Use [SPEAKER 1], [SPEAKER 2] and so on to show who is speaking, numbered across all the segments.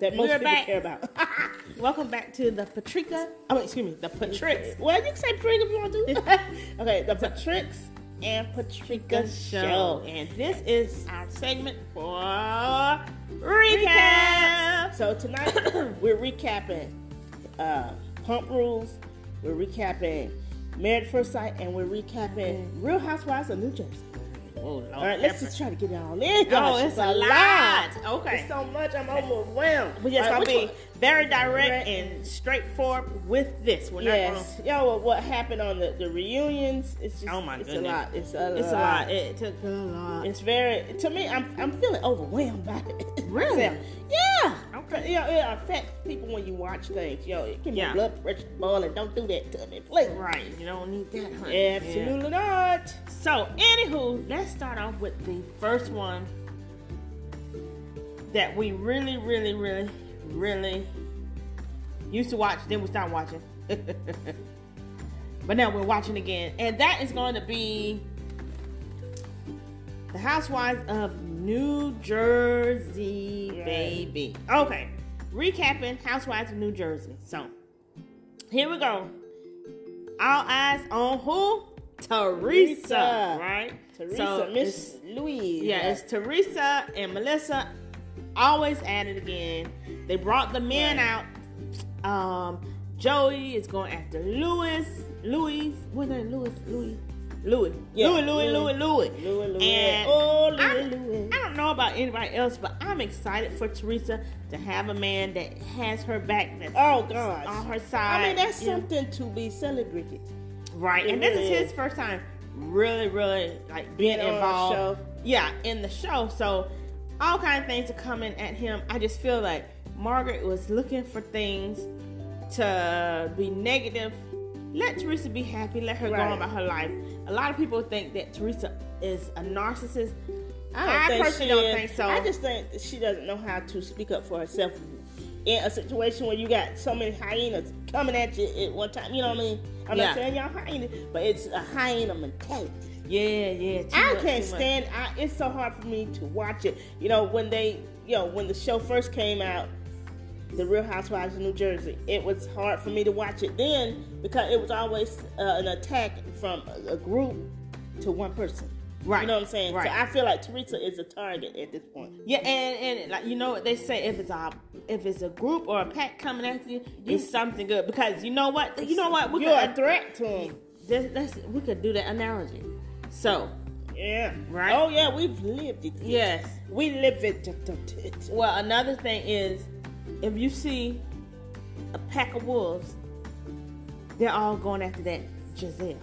[SPEAKER 1] that most
[SPEAKER 2] We're
[SPEAKER 1] people
[SPEAKER 2] back.
[SPEAKER 1] care about.
[SPEAKER 2] Welcome back to the Patrika.
[SPEAKER 1] Oh, excuse me, the Patrix. Well, you can say Patrick if you want to. okay, the Patrix and Patrika show.
[SPEAKER 2] show.
[SPEAKER 1] And this is our segment for recap.
[SPEAKER 2] Recap.
[SPEAKER 1] So tonight we're recapping uh, Pump Rules, we're recapping Married at First Sight, and we're recapping
[SPEAKER 2] Mm.
[SPEAKER 1] Real Housewives of New Jersey. All right, let's just try to get it all in.
[SPEAKER 2] Oh,
[SPEAKER 1] Gosh,
[SPEAKER 2] it's a lot.
[SPEAKER 1] It's
[SPEAKER 2] Okay.
[SPEAKER 1] so much. I'm overwhelmed.
[SPEAKER 2] We're just
[SPEAKER 1] All right,
[SPEAKER 2] gonna
[SPEAKER 1] which
[SPEAKER 2] be
[SPEAKER 1] one-
[SPEAKER 2] very direct
[SPEAKER 1] Direct.
[SPEAKER 2] and straightforward with this. We're not
[SPEAKER 1] Yes. Yeah, well, what happened on the, the reunions? It's just
[SPEAKER 2] Oh, my
[SPEAKER 1] it's a
[SPEAKER 2] goodness.
[SPEAKER 1] lot. It's a
[SPEAKER 2] gonna. It's a lot. It took a lot.
[SPEAKER 1] It's very to me. I'm I'm feeling overwhelmed by it.
[SPEAKER 2] Really?
[SPEAKER 1] Myself. yeah.
[SPEAKER 2] Okay.
[SPEAKER 1] You know, it affects people when you watch things. You know, it can
[SPEAKER 2] Yeah.
[SPEAKER 1] be blood pressure boiling. Don't do that to me, please.
[SPEAKER 2] right. You don't need that, honey.
[SPEAKER 1] Absolutely not.
[SPEAKER 2] Yeah. So, anywho, let's start off with the first one that we really, really, really, really used to watch. Then we stopped watching. but now we're watching again, and that is going to be the Housewives of New Jersey,
[SPEAKER 1] Right.
[SPEAKER 2] baby. Okay, recapping Housewives of New Jersey. So here we go. All eyes on who? Teresa,
[SPEAKER 1] Teresa.
[SPEAKER 2] right?
[SPEAKER 1] Teresa,
[SPEAKER 2] So,
[SPEAKER 1] Miss Louise.
[SPEAKER 2] yeah, it's Teresa and Melissa always at it again. They brought the men
[SPEAKER 1] Right.
[SPEAKER 2] out. Um, Joey is going after Louis. Louis. What's that? Louis. Louis. Louis.
[SPEAKER 1] Yeah,
[SPEAKER 2] Louis, Louis,
[SPEAKER 1] Louis.
[SPEAKER 2] Louis, Louis.
[SPEAKER 1] Louis, Louis.
[SPEAKER 2] And
[SPEAKER 1] oh, Louis,
[SPEAKER 2] I,
[SPEAKER 1] Louis.
[SPEAKER 2] I don't know about anybody else, but I'm excited for Teresa to have a man that has her back, that's
[SPEAKER 1] Oh, gosh.
[SPEAKER 2] on her side.
[SPEAKER 1] I mean, that's
[SPEAKER 2] you know.
[SPEAKER 1] something to be celebrated.
[SPEAKER 2] Right,
[SPEAKER 1] It
[SPEAKER 2] and this
[SPEAKER 1] really
[SPEAKER 2] is
[SPEAKER 1] is.
[SPEAKER 2] his first time really, really like being
[SPEAKER 1] Being on the
[SPEAKER 2] involved.
[SPEAKER 1] show.
[SPEAKER 2] Yeah, in the show. So all kind of things are coming at him. I just feel like Margaret was looking for things to be negative. Let Teresa be happy. Let her
[SPEAKER 1] Right.
[SPEAKER 2] go on about her life. A lot of people think that Teresa is a narcissist.
[SPEAKER 1] don't
[SPEAKER 2] I,
[SPEAKER 1] think
[SPEAKER 2] personally
[SPEAKER 1] she
[SPEAKER 2] don't
[SPEAKER 1] is.
[SPEAKER 2] think so.
[SPEAKER 1] I just think that she doesn't know how to speak up for herself in a situation where you got so many hyenas coming at you at one time. You know what I mean? I'm
[SPEAKER 2] Yeah.
[SPEAKER 1] not saying y'all hyenas, but it's a hyena mentality.
[SPEAKER 2] yeah, yeah. too
[SPEAKER 1] I can't
[SPEAKER 2] much, too much.
[SPEAKER 1] stand. I, it's so hard for me to watch it. You know when they, you know when the show first came out, the Real Housewives of New Jersey. It was hard for me to watch it then because it was always uh, an attack from a, a group to one person.
[SPEAKER 2] Right.
[SPEAKER 1] You know what I'm saying?
[SPEAKER 2] Right.
[SPEAKER 1] So I feel like Teresa is a target at this point.
[SPEAKER 2] Yeah, and, and like you know what they say, if it's a if it's a group or a pack coming after you, it's something good because you know what you know what we
[SPEAKER 1] You're
[SPEAKER 2] could
[SPEAKER 1] a threat to them.
[SPEAKER 2] This, that's, we could do that analogy. So
[SPEAKER 1] Yeah.
[SPEAKER 2] Right.
[SPEAKER 1] Oh yeah, we've lived it.
[SPEAKER 2] yes,
[SPEAKER 1] We live it. It
[SPEAKER 2] well another thing is if you see a pack of wolves, they're all going after that Giselle. You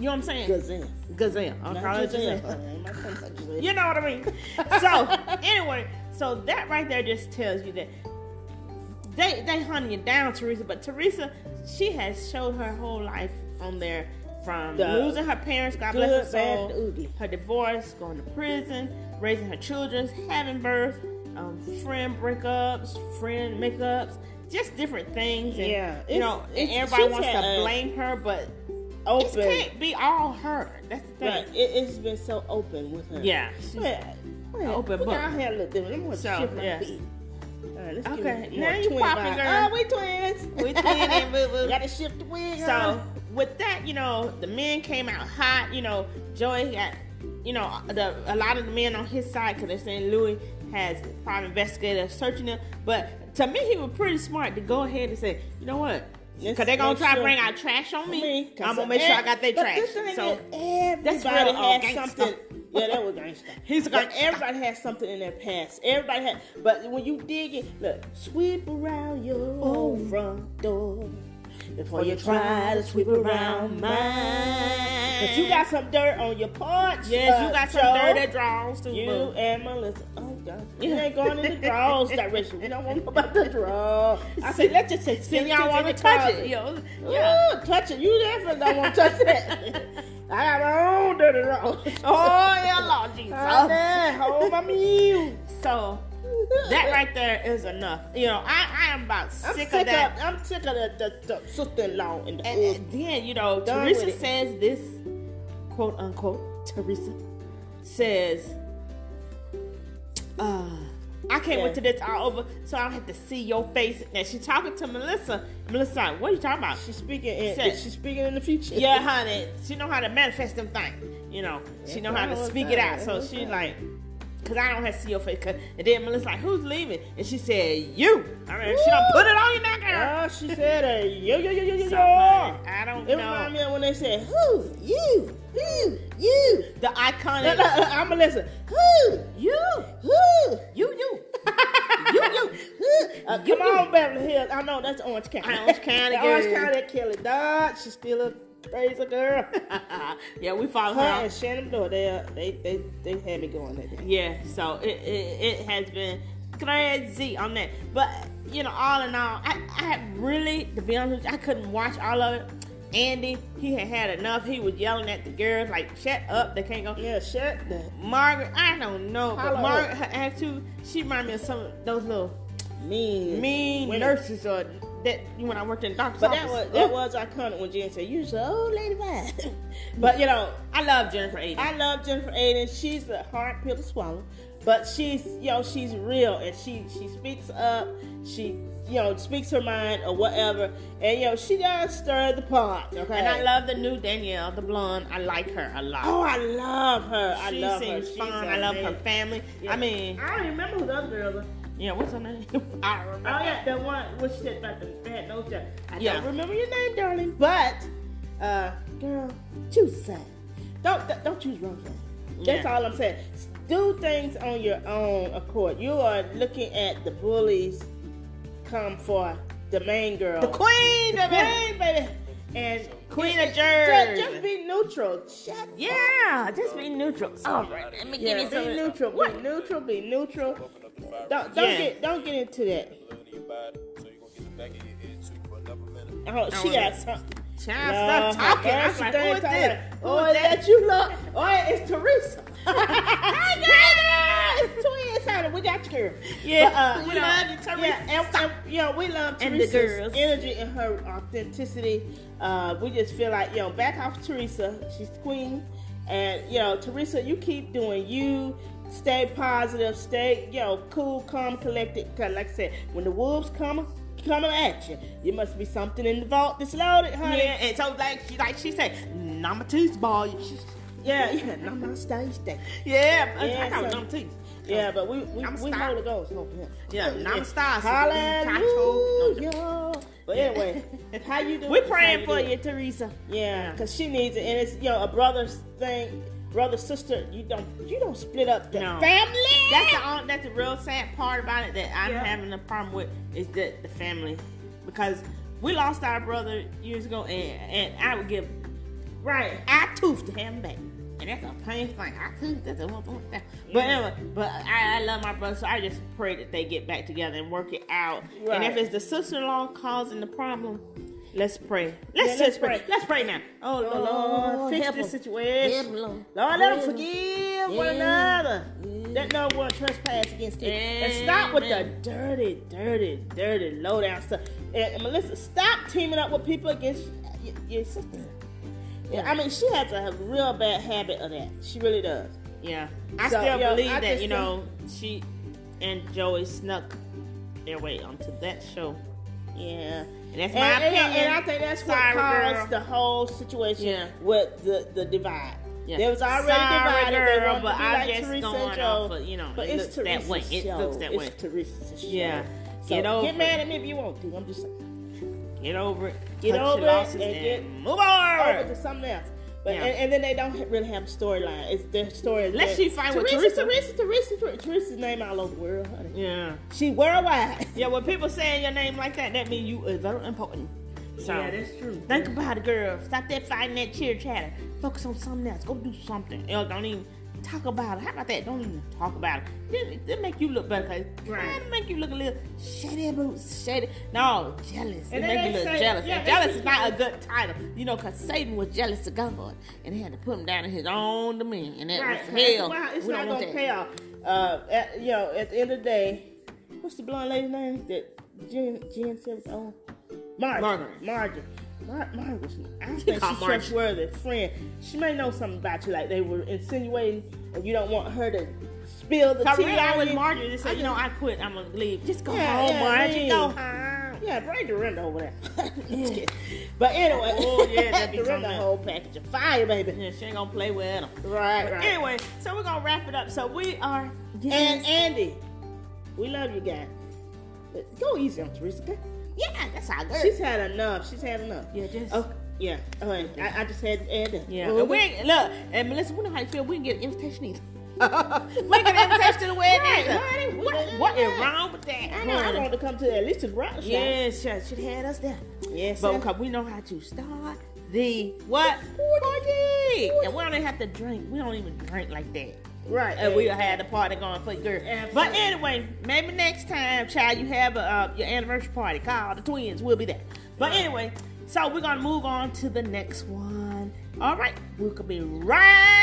[SPEAKER 2] know what I'm saying?
[SPEAKER 1] goes in.
[SPEAKER 2] Gazelle. I'll
[SPEAKER 1] Not
[SPEAKER 2] call her
[SPEAKER 1] Giselle.
[SPEAKER 2] Giselle.
[SPEAKER 1] I'm not talking about Giselle.
[SPEAKER 2] You know what I mean? so anyway, so that right there just tells you that they they hunting you down, Teresa. But Teresa, she has showed her whole life on there from
[SPEAKER 1] The
[SPEAKER 2] losing her parents, God
[SPEAKER 1] Good,
[SPEAKER 2] bless her
[SPEAKER 1] bad, and
[SPEAKER 2] soul,
[SPEAKER 1] ugly.
[SPEAKER 2] her divorce, going to prison, raising her children, having birth, um, friend breakups, friend makeups, just different things. And,
[SPEAKER 1] Yeah,
[SPEAKER 2] you
[SPEAKER 1] it's-
[SPEAKER 2] know, and
[SPEAKER 1] it's-
[SPEAKER 2] everybody
[SPEAKER 1] she's
[SPEAKER 2] wants
[SPEAKER 1] had
[SPEAKER 2] to
[SPEAKER 1] a-
[SPEAKER 2] blame her, but
[SPEAKER 1] Open.
[SPEAKER 2] it can't be all her. That's the thing.
[SPEAKER 1] Right. It, it's been so open with her.
[SPEAKER 2] Yeah, she's-
[SPEAKER 1] Well, well,
[SPEAKER 2] open
[SPEAKER 1] we
[SPEAKER 2] book.
[SPEAKER 1] got our hair look different. I'm gonna
[SPEAKER 2] So,
[SPEAKER 1] shift my
[SPEAKER 2] yeah.
[SPEAKER 1] feet. All right, let's
[SPEAKER 2] Okay,
[SPEAKER 1] give it
[SPEAKER 2] now
[SPEAKER 1] more
[SPEAKER 2] you
[SPEAKER 1] twin
[SPEAKER 2] popping,
[SPEAKER 1] vibe.
[SPEAKER 2] girl.
[SPEAKER 1] Oh, we twins.
[SPEAKER 2] We twinning, boo, boo.
[SPEAKER 1] Gotta shift the wig.
[SPEAKER 2] So with that, you know, the men came out hot. You know, Joey got, you know, the, a lot of the men on his side because they're saying Louis has private investigator searching him. But to me, he was pretty smart to go ahead and say, you know what?
[SPEAKER 1] Let's
[SPEAKER 2] Because they're gonna
[SPEAKER 1] make
[SPEAKER 2] try to
[SPEAKER 1] sure-
[SPEAKER 2] bring out trash on
[SPEAKER 1] on.
[SPEAKER 2] me.
[SPEAKER 1] Me, 'cause
[SPEAKER 2] I'm gonna make sure I got their
[SPEAKER 1] but
[SPEAKER 2] trash.
[SPEAKER 1] The thing
[SPEAKER 2] So
[SPEAKER 1] is,
[SPEAKER 2] That's
[SPEAKER 1] everybody
[SPEAKER 2] real
[SPEAKER 1] has
[SPEAKER 2] old gangsta.
[SPEAKER 1] something. Yeah, that was gangsta.
[SPEAKER 2] He's a
[SPEAKER 1] But
[SPEAKER 2] gangsta.
[SPEAKER 1] Everybody has something in their past. Everybody had, but when you dig it, look, sweep around your
[SPEAKER 2] Oh.
[SPEAKER 1] own front door before you try to sweep around mine. But you got some dirt on your porch.
[SPEAKER 2] yes,
[SPEAKER 1] uh,
[SPEAKER 2] you got some
[SPEAKER 1] Joe.
[SPEAKER 2] dirty drawers too.
[SPEAKER 1] You
[SPEAKER 2] boo.
[SPEAKER 1] and Melissa. Oh God, you ain't going in the drawers direction. We don't want about the draw. I said, let's just say,
[SPEAKER 2] Then y'all want to touch it, yo. Yeah.
[SPEAKER 1] Yeah, touch it. You definitely don't want to touch that. I got my own dirty drawers.
[SPEAKER 2] Oh yeah, Lord Jesus.
[SPEAKER 1] Oh, man, hold my meal.
[SPEAKER 2] So that right there is enough. You know, I, I am about sick,
[SPEAKER 1] uh, I'm sick,
[SPEAKER 2] of that.
[SPEAKER 1] of. I'm sick of the, the, the sister-in-law and the
[SPEAKER 2] And
[SPEAKER 1] husband.
[SPEAKER 2] then, you know,
[SPEAKER 1] Done
[SPEAKER 2] Teresa
[SPEAKER 1] with it.
[SPEAKER 2] says this, quote unquote, Teresa says, uh, I can't
[SPEAKER 1] Yeah.
[SPEAKER 2] wait till this all over, so I don't have to see your face. And she talking to Melissa. Melissa, like, what are you talking about?
[SPEAKER 1] She's speaking. In,
[SPEAKER 2] Said-
[SPEAKER 1] she's speaking in the future.
[SPEAKER 2] yeah, honey, she know how to manifest them things. You know, she know how to
[SPEAKER 1] That's
[SPEAKER 2] speak
[SPEAKER 1] right,
[SPEAKER 2] it out. So
[SPEAKER 1] that's
[SPEAKER 2] she
[SPEAKER 1] right.
[SPEAKER 2] like, cause I don't have to see your face. 'Cause- and then Melissa like, who's leaving? And she said, you. I mean, she don't
[SPEAKER 1] Woo!
[SPEAKER 2] put it on your neck, girl.
[SPEAKER 1] Oh, she said a yo yo yo yo yo
[SPEAKER 2] So,
[SPEAKER 1] yo.
[SPEAKER 2] honey, I don't
[SPEAKER 1] It reminds
[SPEAKER 2] know.
[SPEAKER 1] me of when they said who you who you.
[SPEAKER 2] The
[SPEAKER 1] No,
[SPEAKER 2] iconic.
[SPEAKER 1] no, I'm gonna listen. Who
[SPEAKER 2] You,
[SPEAKER 1] who
[SPEAKER 2] you, you, you, you.
[SPEAKER 1] who? Uh,
[SPEAKER 2] You,
[SPEAKER 1] come
[SPEAKER 2] you.
[SPEAKER 1] on, Beverly Hills. I know that's Orange County.
[SPEAKER 2] Orange County,
[SPEAKER 1] That Orange
[SPEAKER 2] girl.
[SPEAKER 1] County killer dog. She's still a crazy girl.
[SPEAKER 2] yeah, we follow
[SPEAKER 1] Her
[SPEAKER 2] her.
[SPEAKER 1] and Shannon Bloor, they uh, they they they had me going that day.
[SPEAKER 2] Yeah, so it, it, it has been crazy on that. But, you know, all in all, I, I really, to be honest with you, I couldn't watch all of it. Andy, he had had enough. He was yelling at the girls, like, shut up, they can't go.
[SPEAKER 1] Yeah, shut the
[SPEAKER 2] Margaret, I don't know, but
[SPEAKER 1] Holla.
[SPEAKER 2] Margaret, her attitude, she reminded me of some of those little
[SPEAKER 1] mean
[SPEAKER 2] mean
[SPEAKER 1] women.
[SPEAKER 2] nurses or that when I worked in the doctor's
[SPEAKER 1] But that
[SPEAKER 2] office.
[SPEAKER 1] was that
[SPEAKER 2] Ugh.
[SPEAKER 1] was iconic when Jen said, "You're so old lady vibe." but you know,
[SPEAKER 2] I love Jennifer Aiden.
[SPEAKER 1] I love Jennifer Aiden. She's a hard pill to swallow, but she's you know she's real and she she speaks up. She you know speaks her mind or whatever, and you know she does stir the pot. Okay,
[SPEAKER 2] and I love the new Danielle, the blonde. I like her a lot.
[SPEAKER 1] Oh, I love her. I
[SPEAKER 2] she
[SPEAKER 1] love
[SPEAKER 2] seems
[SPEAKER 1] her. She's
[SPEAKER 2] fun. I love her
[SPEAKER 1] amazing.
[SPEAKER 2] family. I mean,
[SPEAKER 1] I don't remember who the other girls are.
[SPEAKER 2] yeah, what's her name? I don't
[SPEAKER 1] Oh yeah, the one which said about the they had no job. I
[SPEAKER 2] Yeah.
[SPEAKER 1] don't remember your name, darling. But uh, girl, choose a side. Don't don't- don't choose wrong side. That's
[SPEAKER 2] Yeah.
[SPEAKER 1] all I'm saying. Do things on your own accord. You are looking at the bullies come for the main girl,
[SPEAKER 2] The queen,
[SPEAKER 1] The
[SPEAKER 2] of it.
[SPEAKER 1] queen, baby, and
[SPEAKER 2] Queen of
[SPEAKER 1] just,
[SPEAKER 2] Jersey.
[SPEAKER 1] just be neutral. Shut
[SPEAKER 2] yeah, just be neutral. All right, let me
[SPEAKER 1] Yeah,
[SPEAKER 2] give you
[SPEAKER 1] be
[SPEAKER 2] some.
[SPEAKER 1] neutral. Be neutral. Be neutral. Don't don't
[SPEAKER 2] Yeah.
[SPEAKER 1] get don't get into that. Oh, she
[SPEAKER 2] wanna-
[SPEAKER 1] got something.
[SPEAKER 2] Child,
[SPEAKER 1] Lord,
[SPEAKER 2] stop talking.
[SPEAKER 1] girl,
[SPEAKER 2] I was
[SPEAKER 1] she
[SPEAKER 2] like, who
[SPEAKER 1] done
[SPEAKER 2] is
[SPEAKER 1] talking.
[SPEAKER 2] this? Who
[SPEAKER 1] Oh,
[SPEAKER 2] is
[SPEAKER 1] is that you look? Oh, it's Teresa.
[SPEAKER 2] Hi,
[SPEAKER 1] Hi, girl. It's twins, honey. We got you, girl.
[SPEAKER 2] Yeah,
[SPEAKER 1] But, uh,
[SPEAKER 2] we
[SPEAKER 1] you know,
[SPEAKER 2] love you, Teresa.
[SPEAKER 1] Yeah, and, and, you know, we love
[SPEAKER 2] And the
[SPEAKER 1] Teresa's
[SPEAKER 2] girls.
[SPEAKER 1] energy and her authenticity. Uh, we just feel like, you know, back off Teresa. She's queen. And, you know, Teresa, you keep doing you. Stay positive. Stay, you know, cool, calm, collected. 'Cause like I said, when the wolves come, coming at you, you must be something in the vault that's loaded, honey.
[SPEAKER 2] Yeah, and so like she like she said, number two's ball. She-
[SPEAKER 1] Yeah, yeah, no, no, stay, stay.
[SPEAKER 2] Yeah, I-
[SPEAKER 1] Yeah,
[SPEAKER 2] I got
[SPEAKER 1] so-
[SPEAKER 2] number two.
[SPEAKER 1] Yeah, but we we,
[SPEAKER 2] I'm
[SPEAKER 1] we
[SPEAKER 2] stop.
[SPEAKER 1] Holy Ghost. No, yeah.
[SPEAKER 2] Yeah, I'm stop.
[SPEAKER 1] Hallelujah. But anyway, how you doing?
[SPEAKER 2] We praying
[SPEAKER 1] How
[SPEAKER 2] for
[SPEAKER 1] doing?
[SPEAKER 2] you, Teresa.
[SPEAKER 1] Yeah, cause she needs it, and it's you know a brother's thing, brother sister. You don't you don't split up the
[SPEAKER 2] No.
[SPEAKER 1] family.
[SPEAKER 2] That's the only, that's the real sad part about it that I'm
[SPEAKER 1] Yeah.
[SPEAKER 2] having a problem with is that the family because we lost our brother years ago and, and I would give
[SPEAKER 1] right.
[SPEAKER 2] I toothed to have him back. And that's a painful thing. I toothed that's a one point down. But anyway, but I, I love my brother, so I just pray that they get back together and work it out. And
[SPEAKER 1] Right.
[SPEAKER 2] if it's the sister in law causing the problem, let's pray. Let's
[SPEAKER 1] Yeah,
[SPEAKER 2] just pray. Let's pray now. Oh
[SPEAKER 1] Oh
[SPEAKER 2] Lord,
[SPEAKER 1] Lord, fix
[SPEAKER 2] help
[SPEAKER 1] this
[SPEAKER 2] them.
[SPEAKER 1] situation.
[SPEAKER 2] Help 'em, Lord.
[SPEAKER 1] Lord, let them
[SPEAKER 2] Help 'em.
[SPEAKER 1] forgive one
[SPEAKER 2] Yeah.
[SPEAKER 1] another. That no one trespass against thee. And stop with the
[SPEAKER 2] Amen.
[SPEAKER 1] dirty, dirty, dirty, low down stuff. And, and Melissa, stop teaming up with people against your, your sister. Yeah, I mean, she has a real bad habit of that. She really does.
[SPEAKER 2] Yeah. I
[SPEAKER 1] So,
[SPEAKER 2] still
[SPEAKER 1] yo,
[SPEAKER 2] believe
[SPEAKER 1] I
[SPEAKER 2] that,
[SPEAKER 1] just
[SPEAKER 2] you know, she and Joey snuck their way onto that show.
[SPEAKER 1] Yeah.
[SPEAKER 2] And that's my
[SPEAKER 1] And, and,
[SPEAKER 2] opinion.
[SPEAKER 1] and I think that's what
[SPEAKER 2] Sorry,
[SPEAKER 1] caused the
[SPEAKER 2] girl.
[SPEAKER 1] whole situation
[SPEAKER 2] Yeah.
[SPEAKER 1] with the, the divide.
[SPEAKER 2] Yeah.
[SPEAKER 1] There was already
[SPEAKER 2] Sorry,
[SPEAKER 1] divided. they
[SPEAKER 2] girl,
[SPEAKER 1] wanted
[SPEAKER 2] but
[SPEAKER 1] to be
[SPEAKER 2] I'm
[SPEAKER 1] like
[SPEAKER 2] just
[SPEAKER 1] Teresa
[SPEAKER 2] going
[SPEAKER 1] and Joe.
[SPEAKER 2] off of, you know,
[SPEAKER 1] but
[SPEAKER 2] it
[SPEAKER 1] it's
[SPEAKER 2] looks that way.
[SPEAKER 1] Teresa's
[SPEAKER 2] It
[SPEAKER 1] show.
[SPEAKER 2] looks that way.
[SPEAKER 1] It's Teresa's show.
[SPEAKER 2] Yeah.
[SPEAKER 1] So
[SPEAKER 2] Get over
[SPEAKER 1] Get
[SPEAKER 2] it.
[SPEAKER 1] mad at me if you want to. I'm just saying.
[SPEAKER 2] Get over it.
[SPEAKER 1] Get
[SPEAKER 2] Cut your
[SPEAKER 1] over it
[SPEAKER 2] losses
[SPEAKER 1] and get
[SPEAKER 2] move on.
[SPEAKER 1] over to something else. But
[SPEAKER 2] Yeah.
[SPEAKER 1] and, and then they don't really have a storyline. It's their story. is
[SPEAKER 2] Unless
[SPEAKER 1] that
[SPEAKER 2] you find with
[SPEAKER 1] Teresa, Teresa, Teresa, Teresa's name all over the world, honey.
[SPEAKER 2] Yeah.
[SPEAKER 1] She worldwide.
[SPEAKER 2] Yeah, when people saying your name like that, that means you is very important. So
[SPEAKER 1] true.
[SPEAKER 2] think about it, girl. Stop that fighting that cheer chatter. Focus on something else. Go do something. Else don't even talk about it. How about that? Don't even talk about it. That make you look better. Cause
[SPEAKER 1] Right.
[SPEAKER 2] that make you look a little shady boots. Shady. No, jealous.
[SPEAKER 1] And then
[SPEAKER 2] it make you
[SPEAKER 1] they
[SPEAKER 2] look
[SPEAKER 1] say-
[SPEAKER 2] jealous.
[SPEAKER 1] yeah,
[SPEAKER 2] and
[SPEAKER 1] they
[SPEAKER 2] jealous
[SPEAKER 1] keep
[SPEAKER 2] is not a good title. You know, cause Satan was jealous of God and he had to put him down in his own domain. And that was hell.
[SPEAKER 1] Wow, it's
[SPEAKER 2] We
[SPEAKER 1] not
[SPEAKER 2] don't want
[SPEAKER 1] gonna
[SPEAKER 2] that.
[SPEAKER 1] pay off. Uh, at, you know, at the end of the day, what's the blonde lady's name that Jen Jen said was on? Margaret.
[SPEAKER 2] Margaret.
[SPEAKER 1] Margaret. Mar- Margaret. I
[SPEAKER 2] She
[SPEAKER 1] think
[SPEAKER 2] called
[SPEAKER 1] she's
[SPEAKER 2] Marge.
[SPEAKER 1] trustworthy friend. She may know something about you, like they were insinuating, and you don't want her to spill the
[SPEAKER 2] So
[SPEAKER 1] tea.
[SPEAKER 2] really, I was
[SPEAKER 1] mean,
[SPEAKER 2] Marjorie to
[SPEAKER 1] I
[SPEAKER 2] say, you know, I quit. I'm gonna leave. Just go
[SPEAKER 1] Yeah,
[SPEAKER 2] home,
[SPEAKER 1] yeah,
[SPEAKER 2] Marjorie. Oh.
[SPEAKER 1] leave.
[SPEAKER 2] Go home.
[SPEAKER 1] Yeah, bring Dorinda over there. Just kidding. But anyway,
[SPEAKER 2] Oh, yeah, that'd be
[SPEAKER 1] Dorinda
[SPEAKER 2] something.
[SPEAKER 1] whole package of fire, baby.
[SPEAKER 2] Yeah, she ain't gonna play with him.
[SPEAKER 1] Right,
[SPEAKER 2] But
[SPEAKER 1] right.
[SPEAKER 2] anyway, so we're gonna wrap it up. So we are
[SPEAKER 1] and Andy, we love you guys. But Go easy on Teresa. okay?
[SPEAKER 2] yeah, that's all good.
[SPEAKER 1] She's had enough. She's had enough.
[SPEAKER 2] Yeah, just-
[SPEAKER 1] Oh, yeah. Oh, and I, I just had to add that.
[SPEAKER 2] yeah,
[SPEAKER 1] Well,
[SPEAKER 2] and we ain't- look and Melissa, we know how you feel. We can get an invitation either. we can get an invitation to the wedding.
[SPEAKER 1] Right,
[SPEAKER 2] either.
[SPEAKER 1] right.
[SPEAKER 2] What, what is wrong with that?
[SPEAKER 1] I know. I wanted to come to at least to the bridal shower.
[SPEAKER 2] Yes, yeah, should have had us there.
[SPEAKER 1] Yes.
[SPEAKER 2] But
[SPEAKER 1] sir.
[SPEAKER 2] because we know how to start the what party, and we don't even have to drink. We don't even drink like that.
[SPEAKER 1] Right.
[SPEAKER 2] And Uh, we had the party going for your girl. But
[SPEAKER 1] Absolutely.
[SPEAKER 2] anyway, maybe next time, child, you have a, uh, your anniversary party. Call the twins. We'll be there. But
[SPEAKER 1] Right.
[SPEAKER 2] anyway, so we're gonna move on to the next one. All right, we could be right